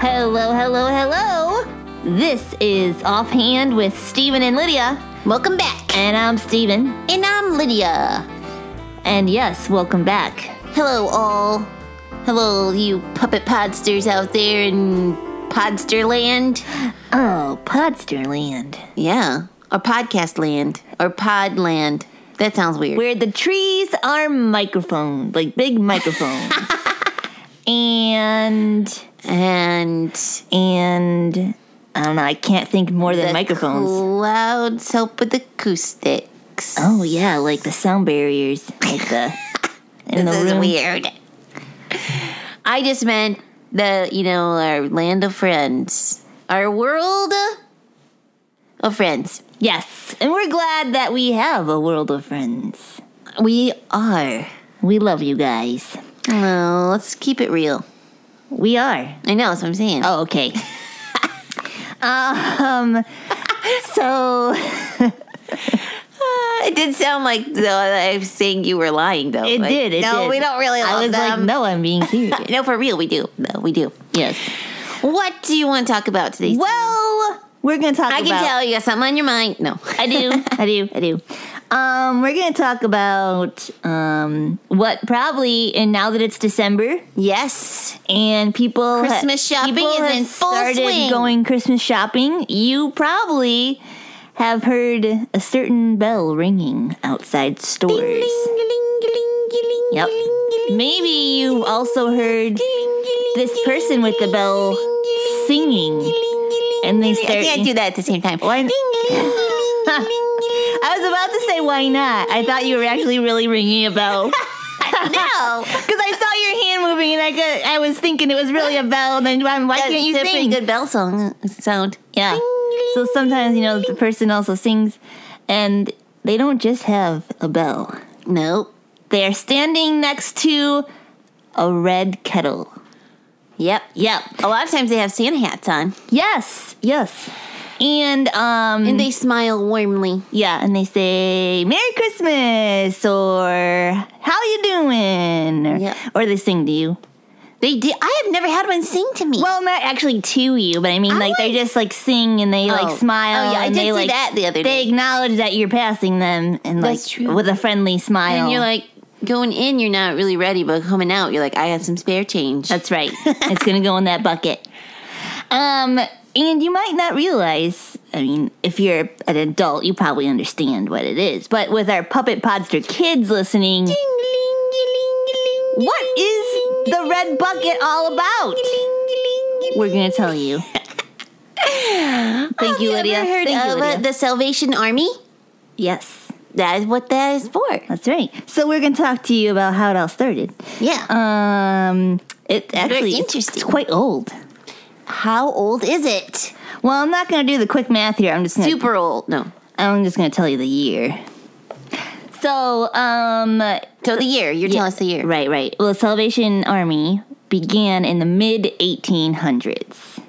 Hello, hello, hello. This is Offhand with Steven and Lydia. Welcome back. And I'm Steven. And I'm Lydia. And yes, welcome back. Hello, all. Hello, you puppet podsters out there in podster land. Oh, Podsterland. Yeah. Or podcast land. Or pod land. That sounds weird. Where the trees are microphones, like big microphones. and and and I don't know, I can't think more than the microphones. Clouds help with acoustics. oh yeah, like the sound barriers. Like the in this the is room. weird. I just meant the you know our land of friends, our world of friends. Yes. And we're glad that we have a world of friends. We are. We love you guys. Oh, let's keep it real. We are. I know that's what I'm saying. Oh, okay. um so Uh, it did sound like though I was saying you were lying though. It Like, did. It no, did. we don't really. Love I was them. like, no, I'm being serious. No, for real, we do. No, we do. yes. What do you want to talk about today? Well, we're gonna talk. I can about- tell you got something on your mind. No, I do. I do. I do. Um, we're gonna talk about um, what probably and now that it's December yes, and people ha- Christmas shopping people is have in full started swing. going Christmas shopping. You probably have heard a certain bell ringing outside stores. Yep. Maybe you also heard this person with the bell singing. And they I start- can't do that at the same time. Why? I was about to say why not. I thought you were actually really ringing a bell. No, Because I saw your hand moving and I could, I was thinking it was really a bell. And then why, why can't you It's a pretty sing? good bell song uh, sound. Yeah. So sometimes you know the person also sings, and they don't just have a bell. Nope. They are standing next to a red kettle. Yep. Yep. A lot of times they have Santa hats on Yes. Yes. And um. and they smile warmly. Yeah, and they say "Merry Christmas" or "How you doing?" or, Yeah. or they sing to you. They did. I have never had one sing to me. Well, not actually to you, but I mean, I like they like- just like sing and they Oh. like smile. Oh, yeah, I and did they, see like, that the other They day. acknowledge that you're passing them and like That's true. with a friendly smile. and you're like going in, you're not really ready, but coming out, you're like, I had some spare change. That's right. it's gonna go in that bucket. Um, and you might not realize. I mean, if you're an adult, you probably understand what it is. But with our puppet podster kids listening, what is the red bucket all about? We're gonna tell you. Thank you, Have Lydia. ever heard Thank you, of uh, Lydia. the Salvation Army? yes, That is what that is for. that's right. So we're gonna talk to you about how it all started. Yeah. Um, it actually it's- interesting. It's quite old. How old is it? Well, I'm not gonna do the quick math here. I'm just gonna Super old. No. I'm just gonna tell you the year. So, um, So the year. You're telling us the year. right, right. Well, the Salvation Army began in the mid 1800s.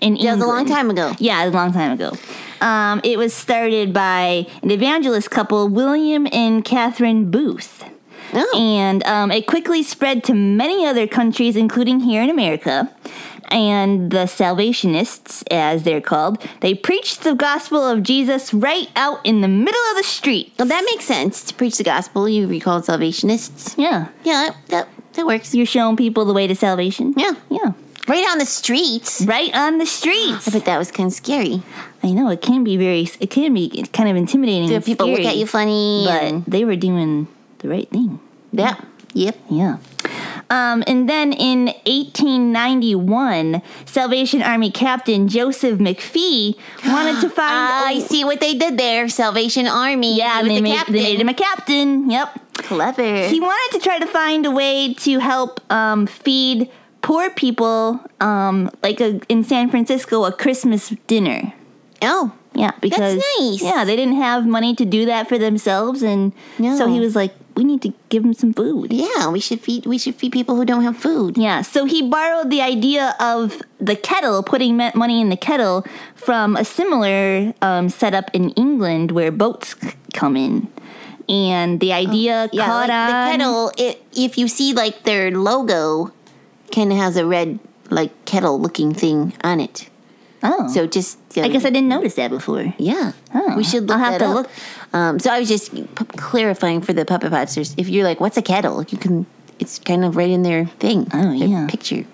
In That was a long time ago. Yeah, it was a long time ago. Um, it was started by an evangelist couple, William and Catherine Booth. Oh. And um, it quickly spread to many other countries, including here in America. And the Salvationists, as they're called, they preached the gospel of Jesus right out in the middle of the street. Well, that makes sense to preach the gospel. You recall salvationists. Yeah, Yeah, that, that works. you're showing people the way to salvation. Yeah. yeah, Right on the streets. right on the I streets. bet that was kind of scary. I know it can be very, it can be kind of intimidating. Do and people look scary, at you funny? and- But they were doing the right thing. yeah. Yep. Yeah. Um, and then in 1891, Salvation Army Captain Joseph McPhee wanted to find. I see what they did there. Salvation Army. Yeah, He was they the made, captain. they made him a captain. Yep. clever. He wanted to try to find a way to help um, feed poor people, um, like a, in San Francisco, a Christmas dinner. oh, Yeah, because nice. yeah, they didn't have money to do that for themselves, and so No. he was like, "We need to give them some food." yeah. We should feed. We should feed people who don't have food. Yeah, so he borrowed the idea of the kettle, putting me- money in the kettle, from a similar um, setup in England where boats c- come in. And the idea Oh, Yeah, caught like on. the kettle. It, if you see like their logo, kind of has a red like kettle looking thing on it. Oh. So just uh, I guess I didn't notice that before. yeah, Oh, we should. Look I'll have that to up. look. Um, so I was just p- clarifying for the puppet potsters. If you're like, "What's a kettle?" You can. It's kind of right in their thing. Oh, their yeah. picture.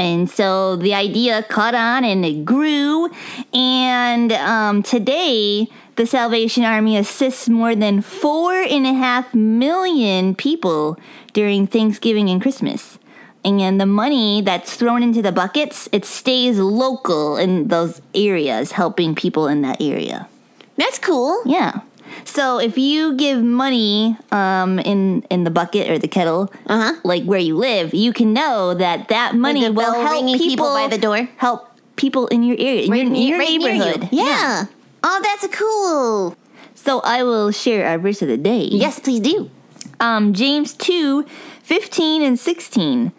And so the idea caught on and it grew. And um, today, the Salvation Army assists more than four and a half million people during Thanksgiving and Christmas. And the money that's thrown into the buckets, it stays local in those areas, helping people in that area. That's cool. Yeah. So if you give money um, in in the bucket or the kettle, Uh-huh. like where you live, you can know that that money the will bell help ringing people, people by the door? help people in your area, in your, in your Right near you. neighborhood. Yeah. Oh, that's cool. So I will share our verse of the day. Yes, please do. Um, James 2 15 and 16.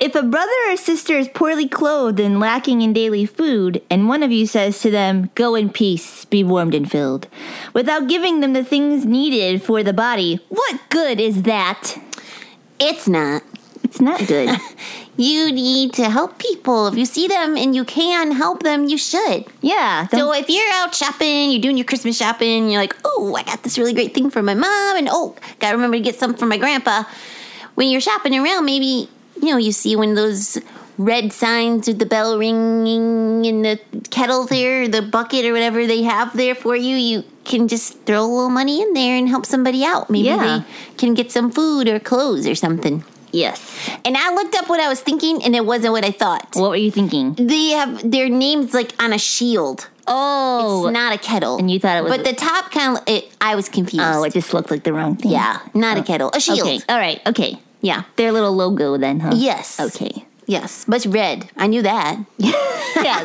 If a brother or sister is poorly clothed and lacking in daily food, and one of you says to them, Go in peace, be warmed and filled, without giving them the things needed for the body, what good is that? It's not. It's not good. You need to help people. If you see them and you can help them, you should. yeah. So don't- if you're out shopping, you're doing your Christmas shopping, you're like, oh, I got this really great thing for my mom, and oh, gotta remember to get something for my grandpa. When you're shopping around, maybe you know you see one of those red signs with the bell ringing and the kettle there, the bucket or whatever they have there for you. You can just throw a little money in there and help somebody out. Maybe Yeah. they can get some food or clothes or something. yes. And I looked up what I was thinking, and it wasn't what I thought. What were you thinking? They have their names like on a shield. Oh. It's not a kettle. And you thought it was- But the top kind of. It, I was confused. oh, it just looked like the wrong thing. yeah, not a kettle. A shield. Okay. All right. Okay. Yeah. Their little logo then, huh? Yes. Okay. Yes. But it's red. I knew that. Uh, yes.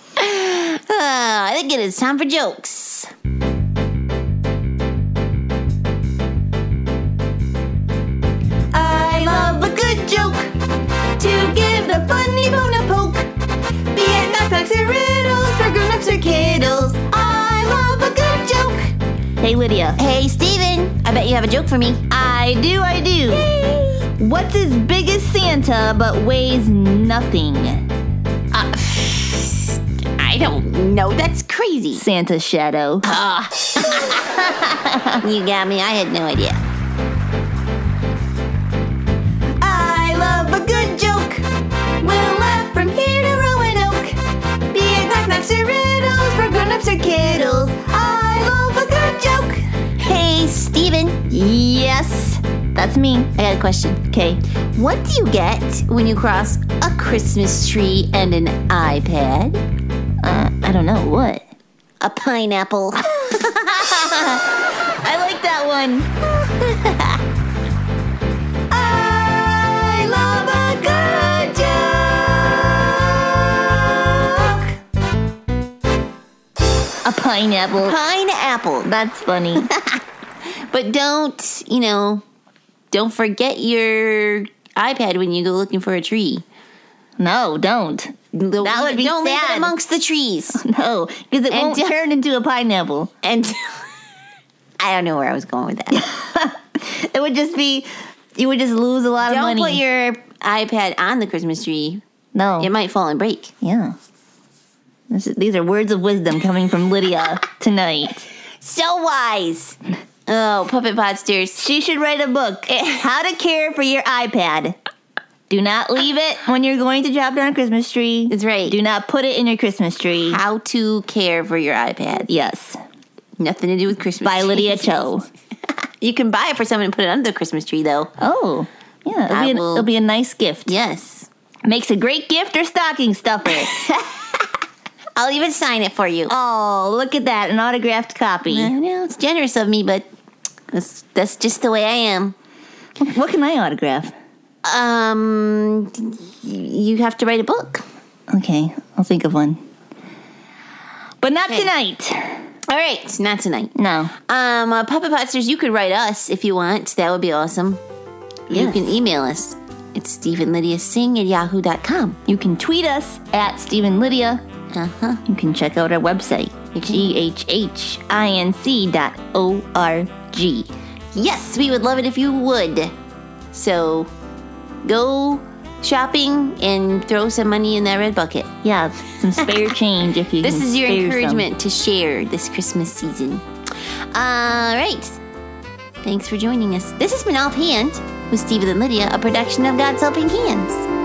I think it is time for jokes. I love a good joke to give the funny bone a poke. Be it knockbacks or riddles for grown-ups or kiddles. I love a good joke. Hey, Lydia. Hey, Steven. I bet you have a joke for me. I do, I do. What's as big as Santa but weighs nothing? Uh, I don't know. That's crazy. Santa's shadow. You got me. I had no idea. I love a good joke. We'll laugh from here to Roanoke. Be it knock-knocks or riddles for grown-ups or kiddles. I love a good joke. Hey, Steven. Yes, that's me. I got a question. Okay. What do you get when you cross a Christmas tree and an iPad? Uh, I don't know what. A pineapple. I like that one. I love a good joke. A pineapple. Pineapple. That's funny. But don't, you know, don't forget your iPad when you go looking for a tree. no, don't. That would be don't leave it sad. amongst the trees. No, because it And won't don't- turn into a pineapple. And I don't know where I was going with that. It would just be, you would just lose a lot Don't of money. put your iPad on the Christmas tree. no. It might fall and break. yeah. This is, these are words of wisdom coming from Lydia tonight. So wise. Oh, puppet podsters. She should write a book. Eh. How to care for your iPad. Do not leave it when you're going to chop down a Christmas tree. That's right. Do not put it in your Christmas tree. How to care for your iPad. Yes. Nothing to do with Christmas. By Lydia Cho. You can buy it for someone and put it under the Christmas tree, though. Oh. Yeah, it'll I be, an, will- it'll be a nice gift. Yes. Makes a great gift or stocking stuffer. I'll even sign it for you. oh, look at that. An autographed copy. I know it's generous of me, but that's, that's just the way I am. What can I autograph? Um, you have to write a book. Okay, I'll think of one. But not tonight. All right, not tonight. No. Um, uh, Puppet Potsters, you could write us if you want. That would be awesome. You Yes. can email us. It's StephenLydiaSing at yahoo.com. You can tweet us at Stephen Lydia. Uh-huh. You can check out our website, ghhinc dot O-R-G. Yes, we would love it if you would. So go shopping and throw some money in that red bucket. Yeah, some spare change if you. This can is your spare some. encouragement to share this Christmas season. All right. Thanks for joining us. This has been Offhand with Steven and Lydia, a production of God's Helping Hands.